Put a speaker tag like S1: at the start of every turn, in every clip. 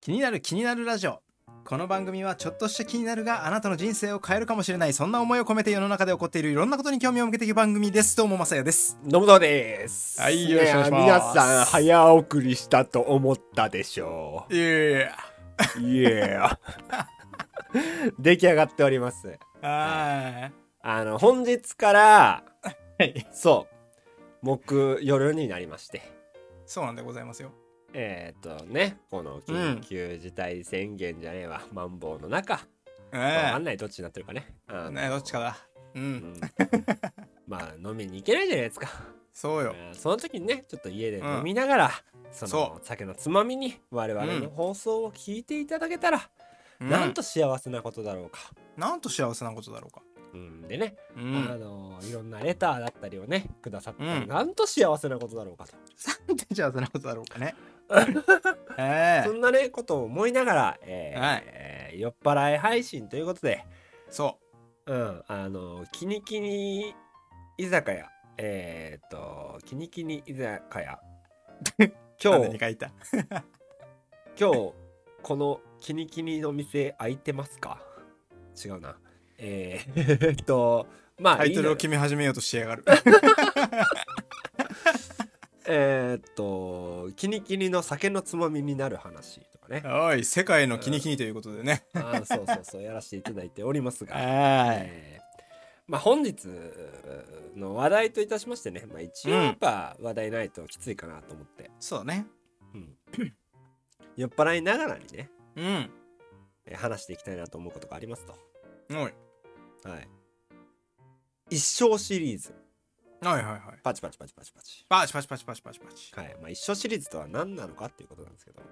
S1: 気になる気になるラジオこの番組はちょっとした気になるがあなたの人生を変えるかもしれないそんな思いを込めて世の中で起こっているいろんなことに興味を向けていく番組ですどうもまさやです
S2: 野村です。
S1: はいよろしくお願いします
S2: や皆さん、早送りしたと思ったでしょ
S1: いや
S2: う。いや出来上がっております。
S1: は
S2: あの、本日から、
S1: い
S2: そう、木夜になりまして、
S1: そうなんでございますよ
S2: えっ、とね、この緊急事態宣言じゃねえわ、マンボウの中、わか
S1: え
S2: んないどっちになってるかね。あ
S1: え
S2: の
S1: ねどっちか。だう
S2: うんんまあ、飲みに行けないじゃないですか。
S1: そうよ
S2: えーその時にねちょっと家で
S1: うん
S2: 飲みながら、そ
S1: そ
S2: の酒のつまみに我々
S1: うん
S2: の放送を聞いていただけたら、なんと幸せなことだろうか。
S1: うんなんと幸せなことだろうか
S2: うん、でね、
S1: う
S2: あ
S1: ん
S2: のいろんなレターだったりをねくださったら、
S1: うん
S2: なんと幸せなことだろうかと、
S1: なんて幸せなことだろうかねええ
S2: そんなねことを思いながら、えー
S1: はい
S2: えー酔っ払い配信ということで、
S1: そ
S2: うん、あのキニキニ居酒屋えー、っとキニキニ居酒屋
S1: う
S2: 今
S1: なんで
S2: 日
S1: 二回言っ
S2: 今日このキニキニの店開いてますか違うなえ ー、えっとま
S1: た
S2: あ
S1: タイトルを
S2: いい
S1: 決め始めようとしやがる
S2: のよえー、っとキニキニの酒のつまみになる話と かね
S1: おい世界のキニキニということでね
S2: あーそうそうそうやらせていただいておりますが、
S1: は
S2: えーまあ、本日の話題といたしましてね、まあ、一応やっぱ話題ないときついかなと思って、
S1: そうね
S2: うん、酔っ払いながらにね
S1: うん
S2: えー話していきたいなと思うことがありますと
S1: おい
S2: はい。一生シリーズ。
S1: はいはいはい
S2: パチパチパチパチパチ。
S1: パチパチパチパチパチパチ
S2: はい。まあ、一生シリーズとは何なのかっていうことなんですけど、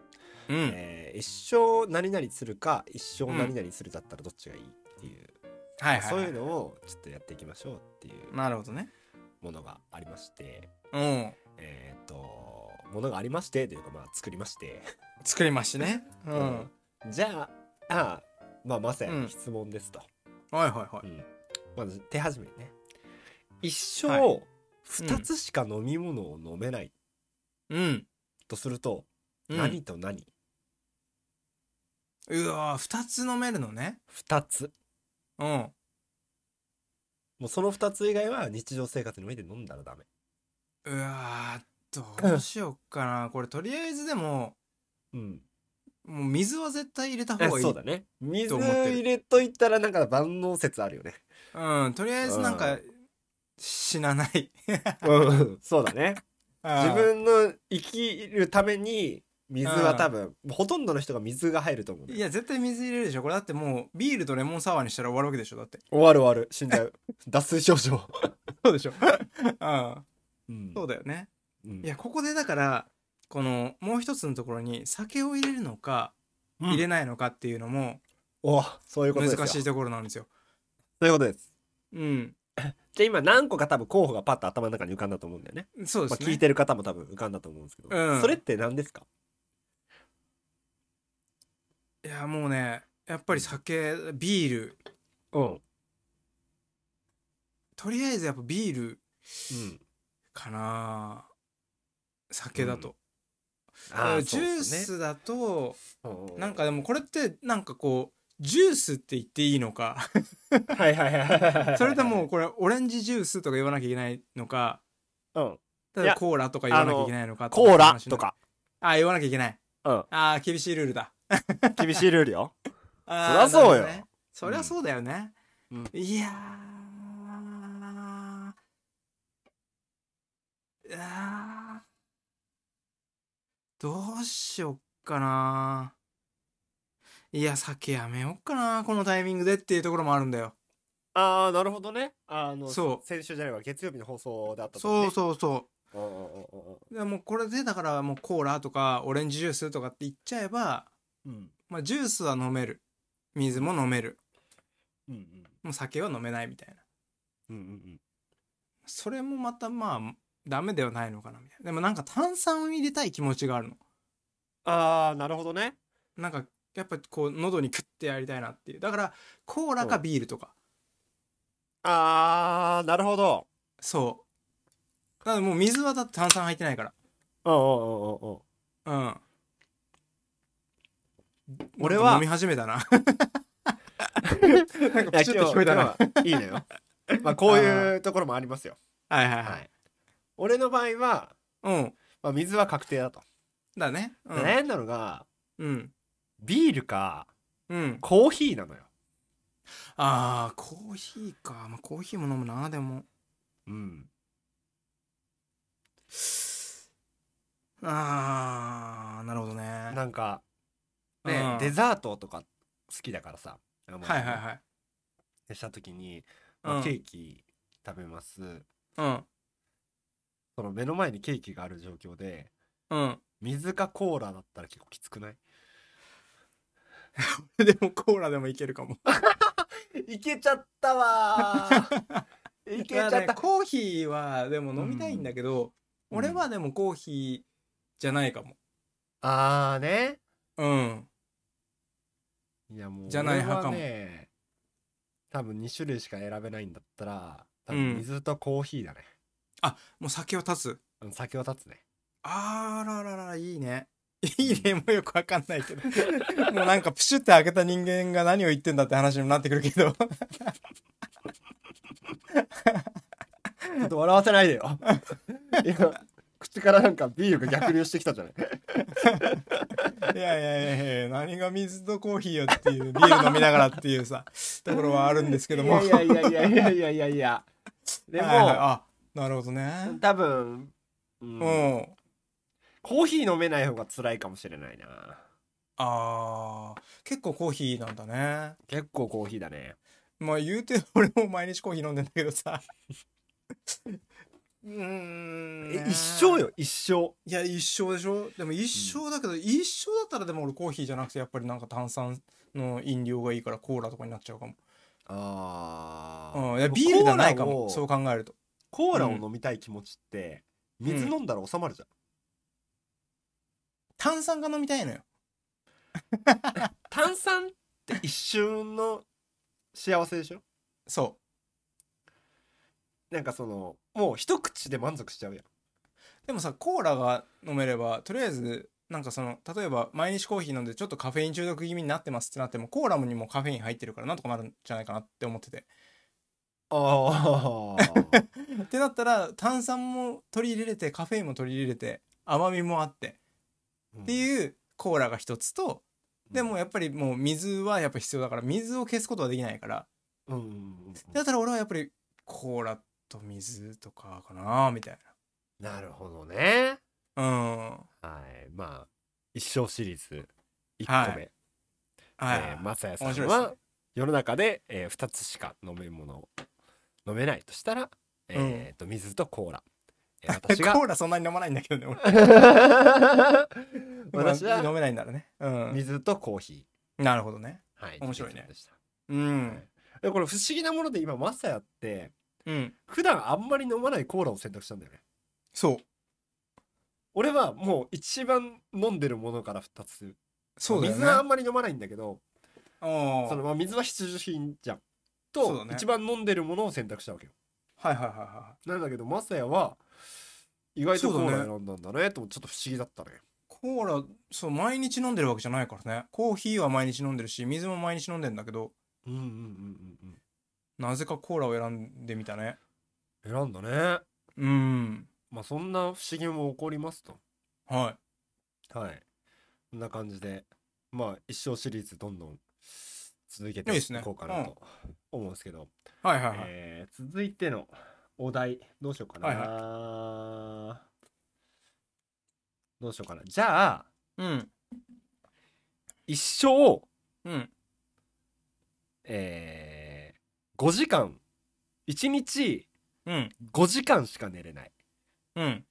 S1: うん
S2: えー一生何々するか、一生何々するだったらどっちがいいっていう、
S1: はいはいはい
S2: そういうのをちょっとやっていきましょうっていう
S1: なるほどね
S2: ものがありまして、
S1: うん
S2: えっ、と、ものがありましてというか、まあ、作りまして、
S1: 作りましてねうん
S2: じゃあ、あまあ、まさ
S1: う
S2: に
S1: ん
S2: 質問ですと。
S1: はいはいは
S2: う
S1: い
S2: んまず手始めにね。一
S1: は
S2: 生2つしか飲み物を飲めない
S1: うん
S2: とすると、
S1: うん
S2: 何と何
S1: うわー二つ飲めるのね
S2: 2つ
S1: うん
S2: もうその2つ以外は日常生活において飲んだらダメ
S1: うわーどうしよっかなこれとりあえずでも
S2: うん
S1: もう水は絶対入れた方がいい
S2: そうだね水
S1: と思ってる
S2: 入れといたらなんか万能説あるよね
S1: うんとりあえずなん
S2: う
S1: か
S2: ん
S1: 死なない
S2: うん そうだね
S1: 自
S2: 自分の生きるために水は多分ほとんどの人が水が入ると思うね
S1: いや絶対水入れるでしょこれだってもうビールとレモンサワーにしたら終わるわけでしょだって
S2: 終わる終わる死んじ ゃう脱水症状
S1: そうでしょうん
S2: うん
S1: そうだよね
S2: うん
S1: いやここでだからこのもう一つのところに酒を入れるのか
S2: うん
S1: 入れないのかっていうのも
S2: おそういうことですよ
S1: 難しいところなんですよ。
S2: そういうことです
S1: うん、
S2: じゃあ今何個か多分候補がパッと頭の中に浮かんだと思うんだよね
S1: そうで
S2: ますあ、
S1: ね。
S2: 聞いてる方も多分浮かんだと思うんですけど、
S1: うん
S2: それって何ですか
S1: いやもうねやっぱり酒ビール
S2: うん、
S1: とりあえずやっぱビール
S2: うん、
S1: かな酒だと、
S2: あー
S1: ジュー、
S2: そうっすね
S1: スだと、
S2: うう
S1: なんかでもこれってなんかこうジュースって言っていいの か
S2: はいはいはいはい
S1: それともこれオレンジジュースとか言わなきゃいけないのか
S2: うん、
S1: ただコーラとか言わなきゃいけないのかと
S2: コーラとか、
S1: あ言わなきゃいけない
S2: うん、
S1: ああ、厳しいルールだ。
S2: 厳しいルールよ、
S1: あー
S2: りゃそう
S1: な
S2: よ
S1: るほどねそりゃそうだよね。
S2: うん
S1: いやー。あーどうしよっかな。いや、酒やめよっかな、このタイミングでっていうところもあるんだよ。
S2: ああなるほどねあの
S1: そう
S2: 先週じゃないわ月曜日の放送であった
S1: そうそうそう
S2: うんうんうん
S1: う。でもうこれでだからもうコーラとかオレンジジュースとかって言っちゃえば、
S2: うん
S1: まあ、ジュースは飲める。水も飲める。
S2: うんうん
S1: もう酒は飲めないみたいな。
S2: うんうん
S1: それもまたまあダメではないのかなみたいなでもなんか炭酸を入れたい気持ちがあるの
S2: ああなるほどね
S1: なんかやっぱこう喉にクッてやりたいなっていうだからコーラかビールとか
S2: ああなるほど
S1: そうだからもう水はだって炭酸入ってないか
S2: うんうんうんうんうん
S1: らうん
S2: 俺
S1: なんか
S2: は
S1: 飲み始めた ななんか
S2: い
S1: ピチ
S2: や
S1: ッと聞こえたな
S2: 今日今日はいいのよ。 まあこういうところもありますよ。
S1: はいはい
S2: は
S1: はい
S2: い。俺の場合は、
S1: うん
S2: まあ、水は確定だと。
S1: だねうん
S2: 悩んだのが
S1: うん
S2: ビールか
S1: うん
S2: コーヒーなのよ。
S1: あーコーヒーか、まあ、コーヒーも飲むなでも
S2: うん。
S1: あーなるほどねは
S2: なんか、ね
S1: うん
S2: デザートとか好きだからさ。はい
S1: はいはい
S2: い。した時に、まあ
S1: うん
S2: ケーキ食べます。
S1: うん
S2: その目の前にケーキがある状況で
S1: うん
S2: 水かコーラだったら結構きつくない
S1: でもコーラでもいけるかも
S2: いけちゃったわー いけちゃっ
S1: いやね
S2: た。
S1: コーヒーはでも飲みたいんだけど、
S2: うん
S1: 俺はでもコーヒーじゃないかも
S2: あーね。
S1: うん
S2: いやもう
S1: じゃない派かも
S2: 俺はね多分2種類しか選べないんだったら多
S1: うん
S2: 分水とコーヒーだね、
S1: もう先を立つ
S2: うん、先を立つね
S1: あららららいいねいいねもうよくわかんないけど もうなんかプシュって開けた人間が何を言ってんだって話にもなってくるけど
S2: ちょっと笑わせないで よ今口からなんかビールが逆流してきたじゃない
S1: いやいやいやいや何が水とコーヒーよっていうビール飲みながらっていうさところはあるんですけども
S2: いやいやいやいやいやいやいやでも、
S1: はいはいあなるほどね
S2: 多分、
S1: う
S2: う
S1: んん
S2: コーヒー飲めない方が辛いかもしれないな
S1: あー結構コーヒーなんだね
S2: 結構コーヒーだね
S1: まあ言うて俺も毎日コーヒー飲んでんだけどさ うーん
S2: え一生よ一生
S1: いや一生でしょでも一生だけど、一生だったらでも俺コーヒーじゃなくてやっぱりなんか炭酸の飲料がいいからコーラとかになっちゃうかも、
S2: あ
S1: うん、いやビールじゃないかもそう考えると
S2: コーラを飲みたい気持ちって、水飲んだら収まるじゃん
S1: 炭酸が飲みたいのよ
S2: 炭酸って一瞬の幸せでしょ
S1: そ
S2: なんかそのもう一口で満足しちゃうやん
S1: うでもさコーラが飲めればとりあえずなんかその例えば毎日コーヒー飲んでちょっとカフェイン中毒気味になってますってなってもコーラにもカフェイン入ってるからなんとかなるんじゃないかなって思ってて
S2: あ
S1: ってなったら炭酸も取り入れれてカフェインも取り入れて甘みもあって
S2: っ
S1: って
S2: う
S1: いうコーラが一つとでも
S2: や
S1: やっぱりもう水はやっぱ必要だから水を消すことはできないから
S2: うんうんうん
S1: だったら俺はやっぱりコーラと水とかかなみたい
S2: なるほどね
S1: なうんは
S2: はいまあ一生シリーズ1個
S1: は
S2: 目、
S1: い、
S2: えーマサヤさ
S1: 面
S2: ん
S1: 白いです
S2: は世の中で、え2つしか飲め物を飲めないとしたら、えーと水とコーラ、えー私
S1: ね
S2: が
S1: コーラそんなに飲まないんだけどね俺
S2: 私
S1: まあ飲
S2: は
S1: めないんならねうん
S2: 水とコーヒ
S1: なるほどね
S2: ーはい
S1: 面白いね
S2: でした
S1: うん
S2: でこれ不思議なもので今マサヤって
S1: うん
S2: 普段あんまり飲まないコーラを選択したんだよね
S1: そう
S2: 俺はもう一番飲んでるものから2つ
S1: そうだよね
S2: 水はあんまり飲まないんだけど
S1: ああ
S2: そのまあ水は必需品じゃん
S1: そう
S2: と、
S1: だね
S2: 一番飲んでるものを選択したわけよ
S1: はいはいはいはい
S2: なんだけどマサヤは意外とコー
S1: そう
S2: ラ
S1: だね
S2: 選んだんだねとちょっと不思議だったね
S1: コーラそう毎日飲んでるわけじゃないからねコーヒーは毎日飲んでるし水も毎日飲んでんだけど
S2: うんうんうん
S1: なぜかコーラを選んでみたね
S2: うんうん選んだね
S1: うん
S2: まあそんな不思議も起こりますと
S1: はい
S2: はいこんな感じでまあ一生シリーズどんどん続け
S1: いい
S2: て
S1: で
S2: い
S1: すね
S2: こうかなと思うんですけど
S1: はいはいはい、
S2: えー続いてのお題どうしようかな、
S1: はい
S2: どうしようかなじゃあ
S1: うん
S2: 一生、
S1: うん
S2: え5時間1日
S1: うん
S2: 5時間しか寝れない
S1: うん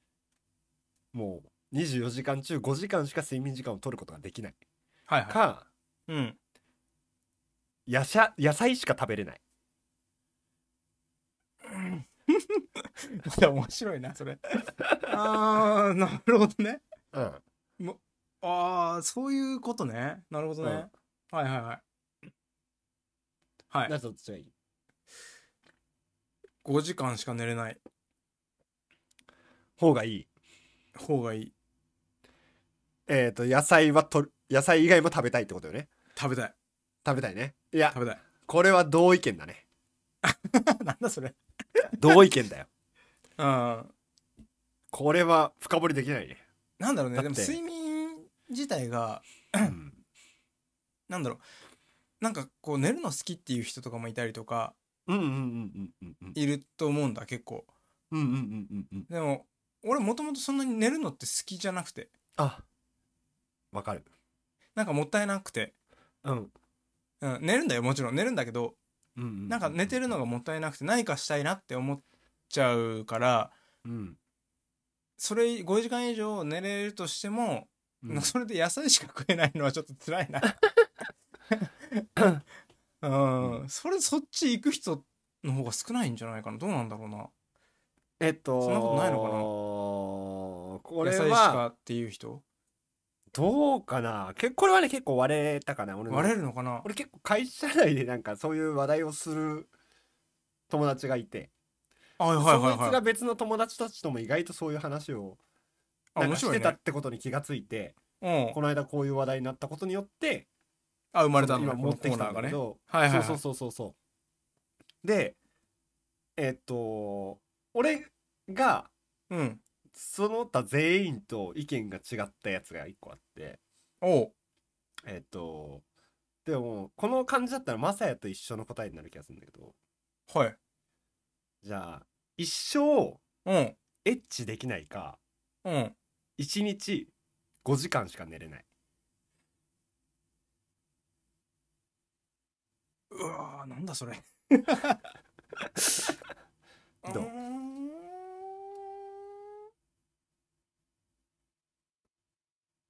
S2: もう24時間中5時間しか睡眠時間を取ることができない
S1: はいは
S2: か
S1: いうん
S2: 野菜野菜しか食べれない
S1: いや面白いなそれ あーなるほどね
S2: うん
S1: ああそういうことねなるほどね、はいはいはいはい
S2: などっちがいい
S1: 5時間しか寝れない
S2: 方がいい
S1: 方がいい
S2: えっ、と野菜はとる野菜以外も食べたいってことよね
S1: 食べたい
S2: 食べたいねいや
S1: 食べたい
S2: これは同意見だね
S1: なんだそれ
S2: 同意見だよ
S1: うん
S2: これは深掘りでき ないね、
S1: なんだろうね
S2: だっ
S1: でも
S2: て
S1: 睡眠自体が
S2: うん、
S1: なんだろうなんかこう寝るの好きっていう人とかもいたりとか
S2: うんうんうんうんうん
S1: いると思うんだ結構
S2: うんうんうんうんうん
S1: でも俺もともとそんなに寝るのって好きじゃなくて
S2: あわかる
S1: なんかもったいなくて、
S2: うん
S1: うん、寝るんだよもちろん寝るんだけど
S2: うん
S1: なんか寝てるのがもったいなくて何かしたいなって思っちゃうから
S2: うん
S1: それ5時間以上寝れるとしても、
S2: うん
S1: なんかそれで野菜しか食えないのはちょっと辛 いなうん、それそっち行く人の方が少ないんじゃないかなどうなんだろうな
S2: えっと
S1: そんなことないのかな
S2: こ
S1: 野
S2: れ
S1: 菜し
S2: は
S1: かっていう人
S2: どうかなけこれはね結構割れたかな俺の
S1: 割れるのかな
S2: 俺結構会社内でなんかそういう話題をする友達がいて、
S1: あはいはい
S2: そいつ
S1: はいは
S2: が
S1: い
S2: 別の友達たちとも意外とそういう話を
S1: あ
S2: なん
S1: 面
S2: かし
S1: 白
S2: て
S1: い
S2: たっ
S1: ね
S2: てことに気がついて
S1: うん
S2: この間こういう話題になったことによって
S1: あ生まれたんだ
S2: 今
S1: こ
S2: 持
S1: の
S2: ってきたんだ
S1: コーナーが
S2: け
S1: ね
S2: ど、
S1: はいはいはい
S2: そうそうそうそうそうでえっと俺が
S1: うん
S2: その他全員と意見が違ったやつが1個あって
S1: おう
S2: えっとでもこの感じだったらマサヤと一緒の答えになる気がするんだけど
S1: はい
S2: じゃあ一生
S1: うん
S2: エッチできないか
S1: うん
S2: 1日5時間しか寝れない。
S1: うわーなんだそれ
S2: ど
S1: ー
S2: う
S1: ん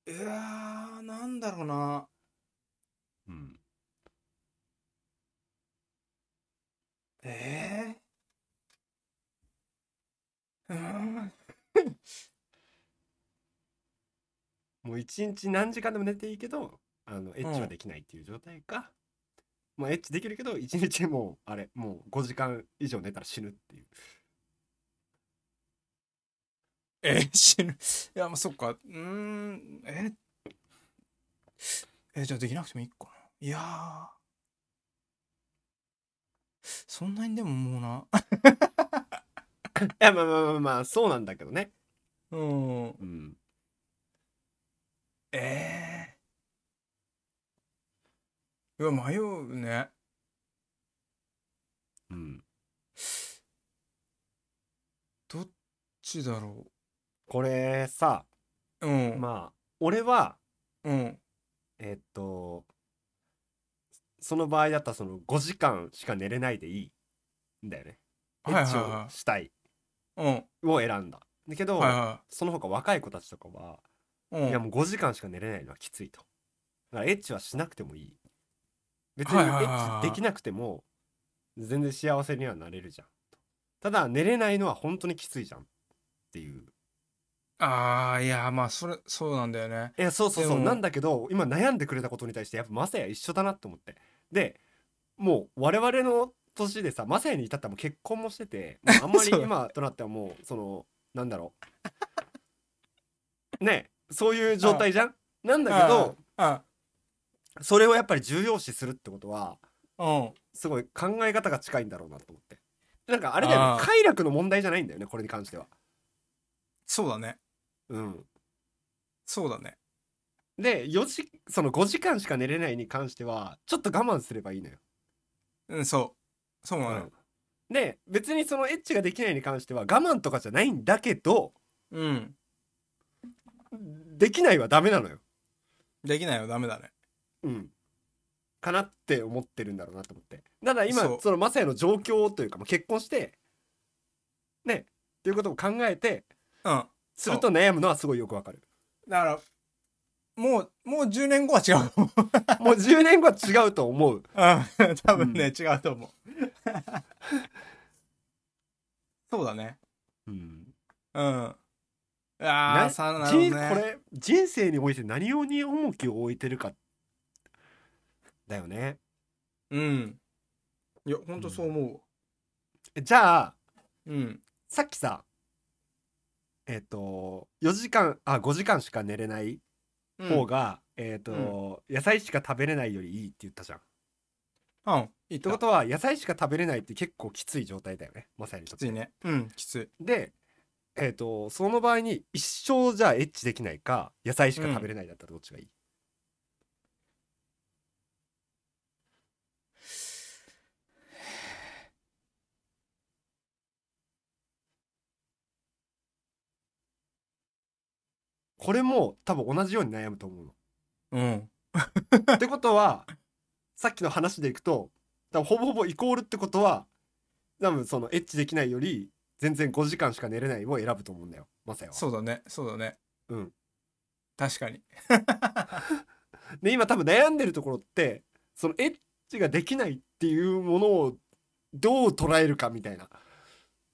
S1: うわーなんだろうな
S2: うん、
S1: ええうーん
S2: もう一日何時間でも寝ていいけどあのエッチはできないっていう状態か、まあエッチできるけど一日もうあれもう5時間以上寝たら死ぬっていう
S1: えー、死ぬいやまあそっかうーんええじゃあできなくてもいいかないやーそんなにでももうない
S2: やまあまあまあまあそうなんだけどね
S1: うん
S2: うん
S1: ええうわ迷うね
S2: うん
S1: どっちだろ
S2: これさ
S1: ううん、
S2: まあ俺は
S1: うん
S2: えっとその場合だったらその5時間しか寝れないでいいんだよねエ
S1: はいはい
S2: ッチ
S1: は
S2: をしたい
S1: いうん
S2: を選んだだけど、
S1: はいは
S2: その他若い子たちとかは、
S1: いうん
S2: いやもう5時間しか寝れないのはきついと。だからエッチはしなくてもいい。別に
S1: は
S2: エ
S1: いはいはいはい
S2: ッチできなくても全然幸せにはなれるじゃん。ただ寝れないのは本当にきついじゃんっていう。
S1: ああいやまあそれそうなんだよね
S2: いやそうそうそ
S1: で
S2: う
S1: も
S2: なんだけど今悩んでくれたことに対してやっぱマサヤ一緒だなって思って。でもう我々の年でさマサヤに至ったもう結婚もしててもうあんまり
S1: そう
S2: 今となってはもうそのなんだろう。ねそういう状態じゃん。なんだけど
S1: あ
S2: それをやっぱり重要視するってことは
S1: あうん
S2: すごい考え方が近いんだろうなと思ってなんかあれだよ
S1: あ
S2: ね
S1: ー
S2: 快楽の問題じゃないんだよねこれに関しては
S1: そうだね
S2: うん
S1: そうだね
S2: で4時その5時間しか寝れないに関してはちょっと我慢すればいいのよ、
S1: うんそうそうなのよ
S2: うんで別にそのエッチができないに関しては我慢とかじゃないんだけど
S1: うん
S2: できないはダメなのよ
S1: できないよダメだね
S2: うんかなって思ってるんだろうなと思ってただ今
S1: そ
S2: そうのマサヤの状況というかもう結婚してねっていうことも考えて
S1: うん
S2: すると悩むのはすごいよくわ かる
S1: だからもうもう10年後は違う と思う
S2: もう10年後は違うと思う。
S1: うん多分ね、違うと 思うそうだねうんああ
S2: な
S1: さあなるほ
S2: 人
S1: どね
S2: これ人生において何をに重きを置いてるかだよね。
S1: うんいやほんとそう思うわ
S2: じゃあ
S1: うん
S2: さっきさえっ、と4時間あ5時間しか寝れない
S1: うん
S2: 方がえっ、と、野菜しか食べれないよりいいって言ったじゃん。っ
S1: うん。言ってた
S2: こ
S1: こと
S2: とは野菜しか食べれないって結構きつい状態だよねまさに
S1: きついね。うん、きつい。
S2: で、えー、とその場合に一生じゃあエッチできないか野菜しか食べれないだったらどっちがいい、 これも多分同じように悩むと思うの。
S1: うん。
S2: ってことはさっきの話でいくと多分ほぼほぼイコールってことは多分そのエッチできないより全然5時間しか寝れないを選ぶと思うんだよマサヤは。
S1: そうだね。そうだね。
S2: うん。
S1: 確かに。
S2: で今多分悩んでるところってそのエッチができないっていうものをどう捉えるかみたいな。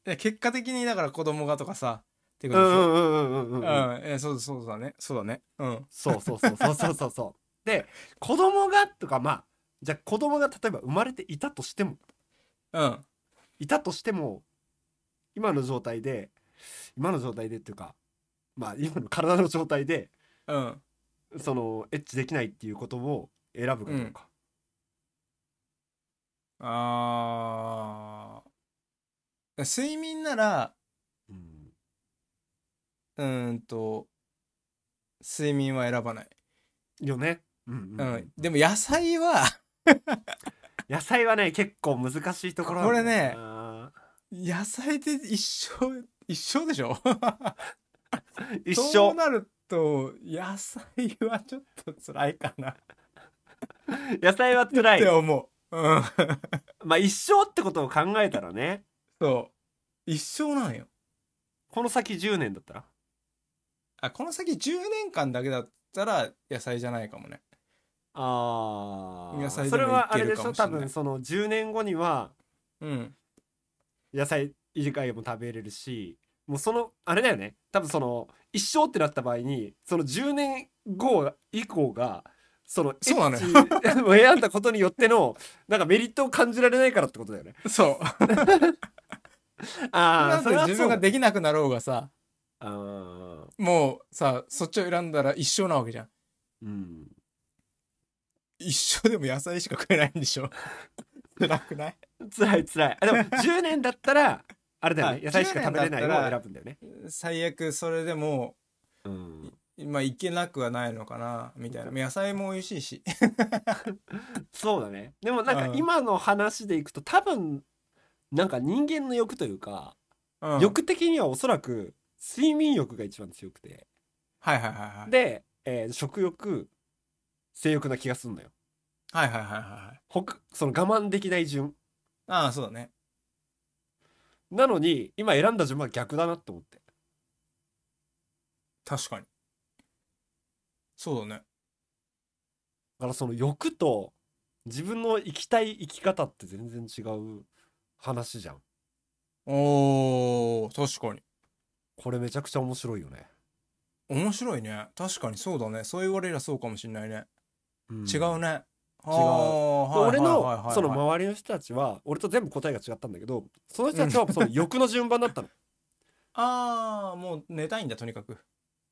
S1: で結果的に、だから子供がとかさ、っていう
S2: う
S1: こと
S2: ん
S1: でしょ。
S2: うんうんうんうん
S1: う
S2: う
S1: ん。
S2: ん。
S1: え、そうそうだね。そうだね。うん。
S2: そうそうそうそうそうそうそう。で子供がとかまあじゃあ子供が例えば生まれていたとしても
S1: うん。
S2: いたとしても今の状態で今の状態でっていうかまあ今の体の状態で
S1: うん。
S2: そのエッチできないっていうことを選ぶかどうか、
S1: あー。睡眠なら、
S2: うん
S1: うーんと、睡眠は選ばない。
S2: よね、うん
S1: う
S2: うん
S1: ん。でも野菜は、
S2: 野菜はね結構難しいところなんだよな
S1: 野菜で一生、一生でしょ
S2: 一
S1: そう
S2: 生
S1: なると、野菜はちょっと辛いかなっ
S2: 野菜は辛
S1: て
S2: い
S1: 思う。うん。
S2: まあ一生ってことを考えたらね
S1: そう。一生なんよ。
S2: この先10年だったら
S1: あ、この先10年間だけだったら野菜じゃないかもね。
S2: あ
S1: 野菜
S2: そ
S1: で
S2: れ
S1: も
S2: はあ
S1: いけ
S2: れで
S1: る
S2: し
S1: かも
S2: ょ
S1: しれな
S2: 多
S1: い
S2: 分その10年後には
S1: うん。
S2: 野菜以外も食べれるしもうそのあれだよね多分その一生ってなった場合にその10年後以降がその
S1: そうなのよ
S2: エッチを選んだことによってのなんかメリットを感じられないからってことだよね
S1: そう。
S2: あ
S1: な
S2: あ
S1: ん
S2: そ
S1: で
S2: れは
S1: 自分ができなくなろうがさ、
S2: ああ
S1: もうさ、そっちを選んだら一生なわけじゃん。
S2: うん
S1: 一生でも野菜しか食えないんでしょ 辛くない
S2: 辛い辛いあでも10 年だったらあれだよね
S1: はい
S2: 野菜しか食べれない
S1: 10
S2: の
S1: 年だ
S2: を選
S1: っ
S2: ぶんだよね
S1: 最悪それでも、
S2: うん
S1: まあいけなくはないのかな、みたいな。野菜も美味しいし。
S2: そうだねでもなん
S1: う
S2: か
S1: ん
S2: 今の話でいくと多分なんか人間の欲というか
S1: うん
S2: 欲的にはおそらく睡眠欲が一番強くて
S1: はいはいはいはい。
S2: で、えー食欲性欲な気がするのよ
S1: はいはいはいはいはい。
S2: ほかその我慢できない順
S1: ああ、そうだね。
S2: なのに今選んだ順番は逆だなって思って
S1: 確かに。そうだね。
S2: だからその欲と自分の生きたい生き方って全然違う話じゃん
S1: おー、確かに。
S2: これめちゃくちゃ面白いよね、
S1: 面白いね。確かにそうだね。そう言われりゃそうかもしんないね。違う
S2: ね
S1: ね。違
S2: う俺のその
S1: ま
S2: 周りの人たちは俺と全部答えが違ったんだけどその人たちはその欲の順番だったの
S1: ああ、もう寝たいんだ、とにかく。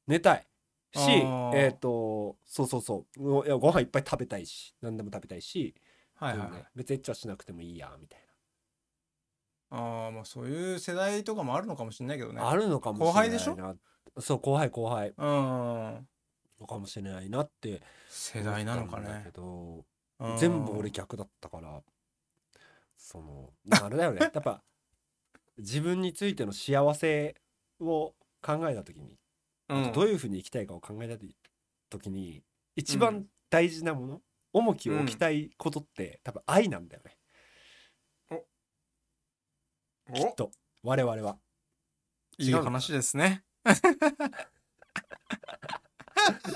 S2: 寝たいし
S1: あー
S2: えっ、とそうそうそうごいやご飯いっぱい食べたいし何でも食べたいし、
S1: はいはい
S2: で
S1: は
S2: も
S1: い
S2: ね。別にエッチはしなくてもいいやみたい
S1: ああ、まあそういう世代とかもあるのかもしれないけどね
S2: な、。あるのかもしれないな
S1: 後輩でし
S2: そう後輩後輩
S1: うん。
S2: のかもしれないなって
S1: 世代なのか
S2: 思ったんだけ
S1: ね。
S2: ど
S1: うん
S2: 全部俺。逆だったからそのでもあれだよね やっぱ自分についての幸せを考えた時に、
S1: うん。
S2: どういうふうに生きたいかを考えた時に一
S1: う
S2: 番大事なもの、重きを置きたいことって、多分愛なんだよねきっ
S1: お
S2: と我々は
S1: いい話ですね。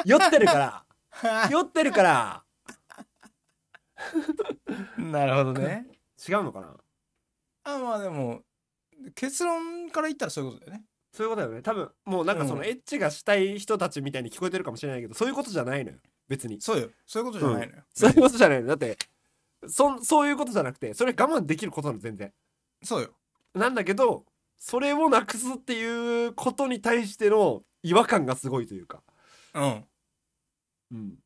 S2: 酔ってるから 酔ってるから
S1: なるほどね。
S2: 違うのかな
S1: あまあでも、結論から言ったらそういうことだよね。
S2: そういうことだよね多分もうなんかそうの
S1: ん
S2: エッチがしたい人たちみたいに聞こえてるかもしれないけどそういうことじゃないのよ別に
S1: そうよ。そういうことじゃないのよ。
S2: そういうことじゃないのだってそんそういうことじゃなくてそれ我慢できることなの全然
S1: そうよ。
S2: なんだけどそれをなくすっていうことに対しての違和感がすごいというか
S1: うん。
S2: うん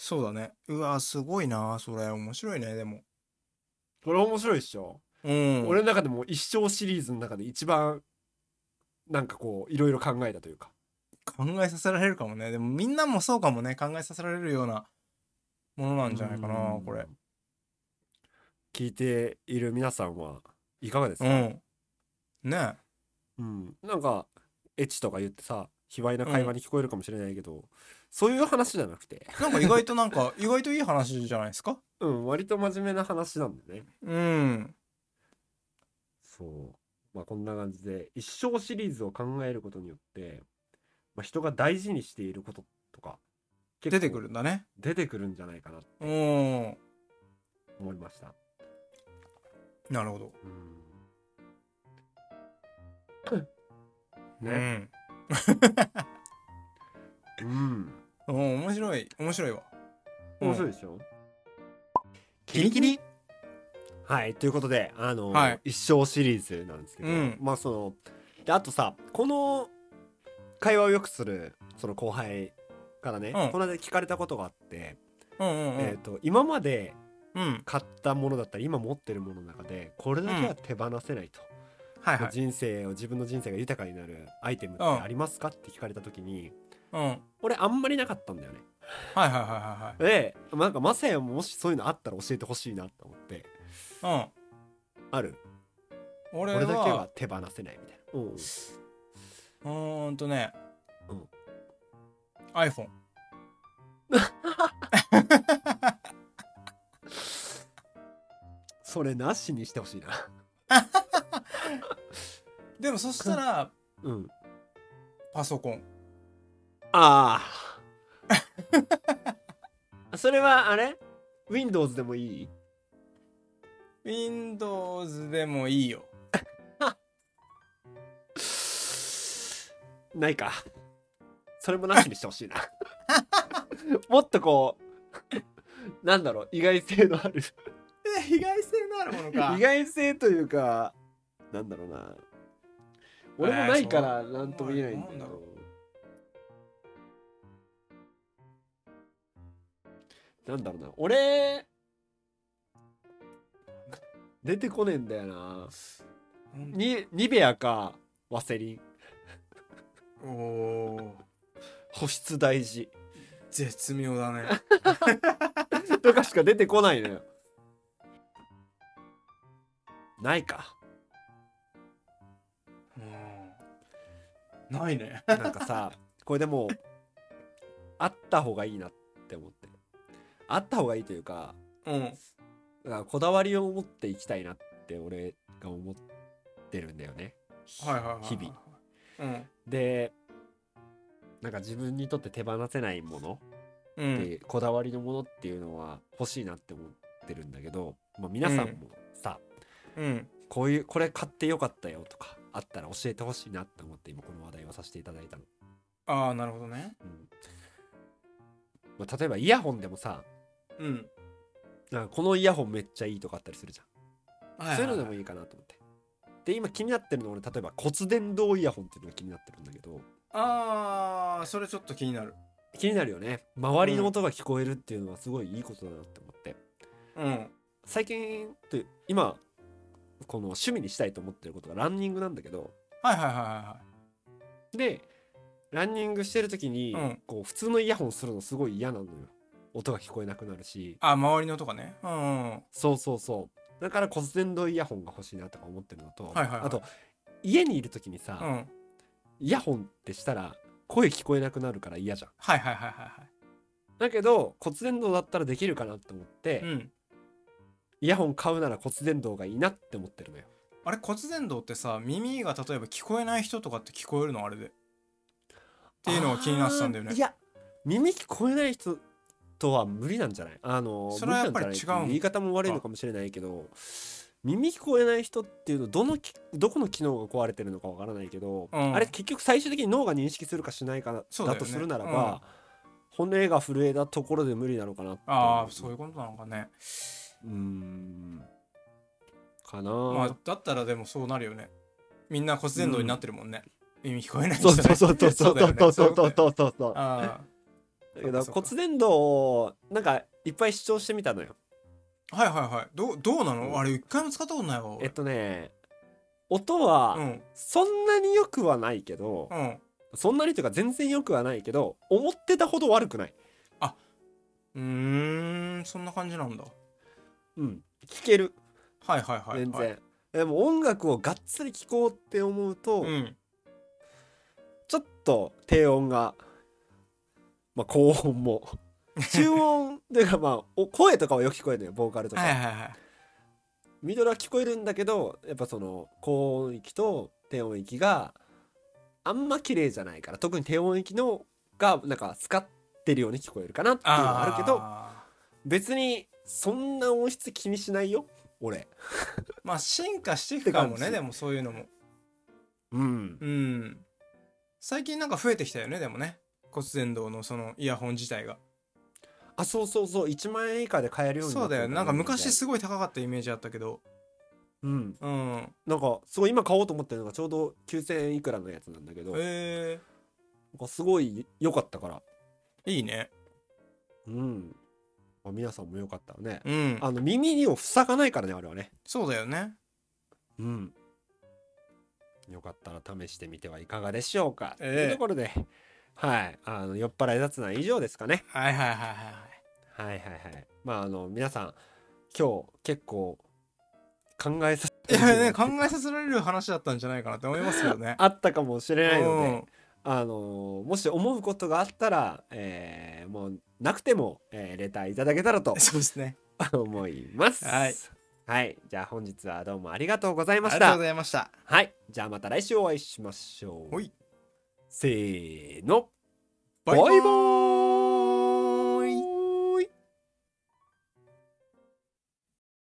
S1: そうだね。うわ、すごいな。それ、面白いね、でも。
S2: これ面白いっしょ、
S1: うん。
S2: 俺の中でも一生シリーズの中で一番なんかこういろいろ考えたというか
S1: 考えさせられるかもね。でも、みんなもそうかもね。考えさせられるようなものなんじゃないかな、
S2: うん
S1: これ。
S2: 聞いている皆さんはいかがです
S1: う
S2: か、
S1: ん。ね
S2: うんなんかエッチとか言ってさ卑猥な会話に聞こえるかもしれないけど、そういう話じゃなくて、
S1: え。なんか意外となんか、意外といい話じゃないですか
S2: うん、割と真面目な話なんでね
S1: うん。
S2: そうまあこんな感じで一生シリーズを考えることによって、まあ、人が大事にしていることとか結
S1: 出て
S2: 構
S1: くるんだね。
S2: 出てくるんじゃないかなと
S1: うん。
S2: 思いました
S1: なるほど。
S2: うんねうん
S1: うん。うん、面白い。面白いわ。
S2: 面白い
S1: い。
S2: でしょ、
S1: キリキリ
S2: はいということであの、
S1: はい
S2: 一生シリーズなんですけど、
S1: うん
S2: まあそのであとさこの会話をよくするその後輩からね、
S1: うん
S2: この間聞かれたことがあって、
S1: うんうんう
S2: えー、
S1: ん。
S2: と今まで
S1: うん。
S2: 買ったものだったり今持ってるものの中でこれだけは手放せないと、
S1: はいはい。
S2: 人生を自分の人生が豊かになるアイテムってありますかって聞かれた時に
S1: うん。はい
S2: 俺あんまりなかったんだよね
S1: はいはいは
S2: でなんかマサヤももしそういうのあったら教えてほしいなと思って
S1: いはい。うん。
S2: ある
S1: 俺
S2: こ
S1: は
S2: れだけは手放せないみたいな、うん
S1: うーんとね、
S2: うん
S1: iPhone
S2: それなしにしてほしいな
S1: でもそしたら
S2: うん
S1: パソコン
S2: ああそれはあれ Windows でもいい
S1: Windows でもいいよ
S2: ないかそれもなしにしてほ しいなもっとこうなんだろう意外性のある
S1: 意外性のあるもの か
S2: 意外性というかなんだろうな俺もないからなんとも言えないんだけ
S1: なんだ
S2: ど
S1: ろ
S2: なんだろうな俺出てこねえんだよな
S1: うん
S2: にニベアかワセリン
S1: おー
S2: 保湿大事
S1: 絶妙だね
S2: とかしか出てこないのよないか
S1: うんないね
S2: なんかさこれでもあった方がいいなって思ってあった方がいいというか
S1: うん
S2: なんかこだわりを持っていきたいなって俺が思ってるんだよね、
S1: はいはいはいはい
S2: 日々
S1: うん
S2: でなんか自分にとって手放せないもの
S1: う
S2: って、
S1: ん
S2: こだわりのものっていうのは欲しいなって思ってるんだけど、まあ、皆さんもさ、
S1: うん
S2: こういうこれ買ってよかったよとかあったら教えてほしいなって思って今この話題をさせていただいたの、
S1: ああなるほどね
S2: うんまあ、例えばイヤホンでもさ、
S1: うん
S2: なんかこのイヤホンめっちゃいいとかあったりするじゃん、
S1: は
S2: そういうのでもいいかなと思ってで今気になってるの俺例えば骨伝導イヤホンっていうのが気になってるんだけど
S1: ああそれちょっと気になる
S2: 気になるよね周りの音が聞こえるっていうのはすごいいいことだなって思って、
S1: うん
S2: 最近って今この趣味にしたいと思ってることがランニングなんだけど
S1: はいはいはいは
S2: でランニングしてる時に、
S1: うん
S2: こう普通のイヤホンするのすごい嫌なのよ音が聞こえなくなるし
S1: いあ周りのとかねうんうん
S2: そうそうそうだから骨伝導イヤホンが欲しいなとか思ってるのと、
S1: はいはいはい
S2: あと家にいる時にさ、
S1: うん
S2: イヤホンってしたら声聞こえなくなるから嫌じゃん
S1: はいはいはいはいは
S2: だけど骨伝導だったらできるかなって思って、
S1: いうん
S2: イヤホン買うなら骨伝導がいいなって思ってるのよ
S1: あれ骨伝導ってさ耳が例えば聞こえない人とかって聞こえるのあれでっていうのが気になってたんだよ
S2: あー
S1: ね
S2: いや耳聞こえない人とは無理なんじゃないあの
S1: それはやっぱり
S2: 無理なんじゃない
S1: 違う
S2: 言い方も悪いのかもしれないけど耳聞こえない人っていうのどのきどこの機能が壊れてるのかわからないけど、
S1: うん
S2: あれ結局最終的に脳が認識するかしないかな
S1: そうだ
S2: だ
S1: よね
S2: とするならば、骨が震えたところで無理なのかなって
S1: ああそういうことなのかね
S2: うーんかな、
S1: まあだったらでもそうなるよねみんな骨伝導になってるもんね、耳聞こえない人
S2: そ
S1: ね
S2: うそうそうそうそう
S1: だよね
S2: そうそう
S1: いこと
S2: そうそうそう
S1: あ
S2: だ
S1: そ
S2: け
S1: っか
S2: ど
S1: そっか
S2: 骨伝導をなんかいっぱい主張してみたのよ
S1: はいはいはいどうどうなの、
S2: うん
S1: あれ一回も使ったことないわ俺
S2: えっとね音
S1: う
S2: は
S1: ん
S2: そんなによくはないけど、
S1: うん
S2: そんなにというか全然よくはないけど思ってたほど悪くないう
S1: ーんそんな感じなんだ
S2: うん聞ける
S1: はいはいはい、はい、
S2: 全然、でも音楽をがっつり聴こうって思うと、
S1: うん
S2: ちょっと低音が、まあ、高音も 中音というかまあお声とかはよく聞こえるのよボーカルとか、
S1: はいはいはい
S2: ミドルは聞こえるんだけどやっぱその高音域と低音域があんま綺麗じゃないから特に低音域のがなんか使ってるように聞こえるかなっていうのはあるけど
S1: あ
S2: 別にそんな音質気にしないよ俺
S1: ーまあ進化していくかも
S2: って感
S1: ね
S2: じ
S1: でもそういうのも
S2: うん
S1: うん最近なんか増えてきたよねでもね骨伝導のそのイヤホン自体が
S2: あそうそうそう1万円以下で買えるようにな
S1: そう
S2: って
S1: だ
S2: る
S1: よねなんか昔
S2: 全
S1: すごい高かったイメージあったけど
S2: 然うん
S1: うん
S2: なんかすごい今買おうと思ってるのがちょうど9000円いくらのやつなんだけどなん
S1: え
S2: かすごい良かったから
S1: ー、いいね
S2: うん、まあ、皆さんも良かったらね、
S1: うん
S2: あの耳を塞がないからねあれはね
S1: そうだよね
S2: うんよかったら試してみてはいかがでしょうか、
S1: ええ
S2: というところではいあの酔っ払い雑談以上ですかね
S1: はいはいはいはいはい
S2: はいはいはいまああの皆さん今日結構考えさ
S1: い
S2: せ
S1: やね、考えさせられる話だったんじゃないかなと思いますけどね。
S2: あったかもしれないので、
S1: うん
S2: あのーもし思うことがあったら、えーもうなくても、えーレターいただけ たらと
S1: そうですね。
S2: 思います。
S1: はい
S2: はい。じゃあ本日はどうもありがとうござい
S1: あ
S2: ま
S1: り
S2: し
S1: がとう
S2: た
S1: ご。ざいました。
S2: はい。じゃあまた来週お会いしましょう。
S1: ほい
S2: せーの。
S1: バイバ
S2: バイバ
S1: ーイ
S2: ーイ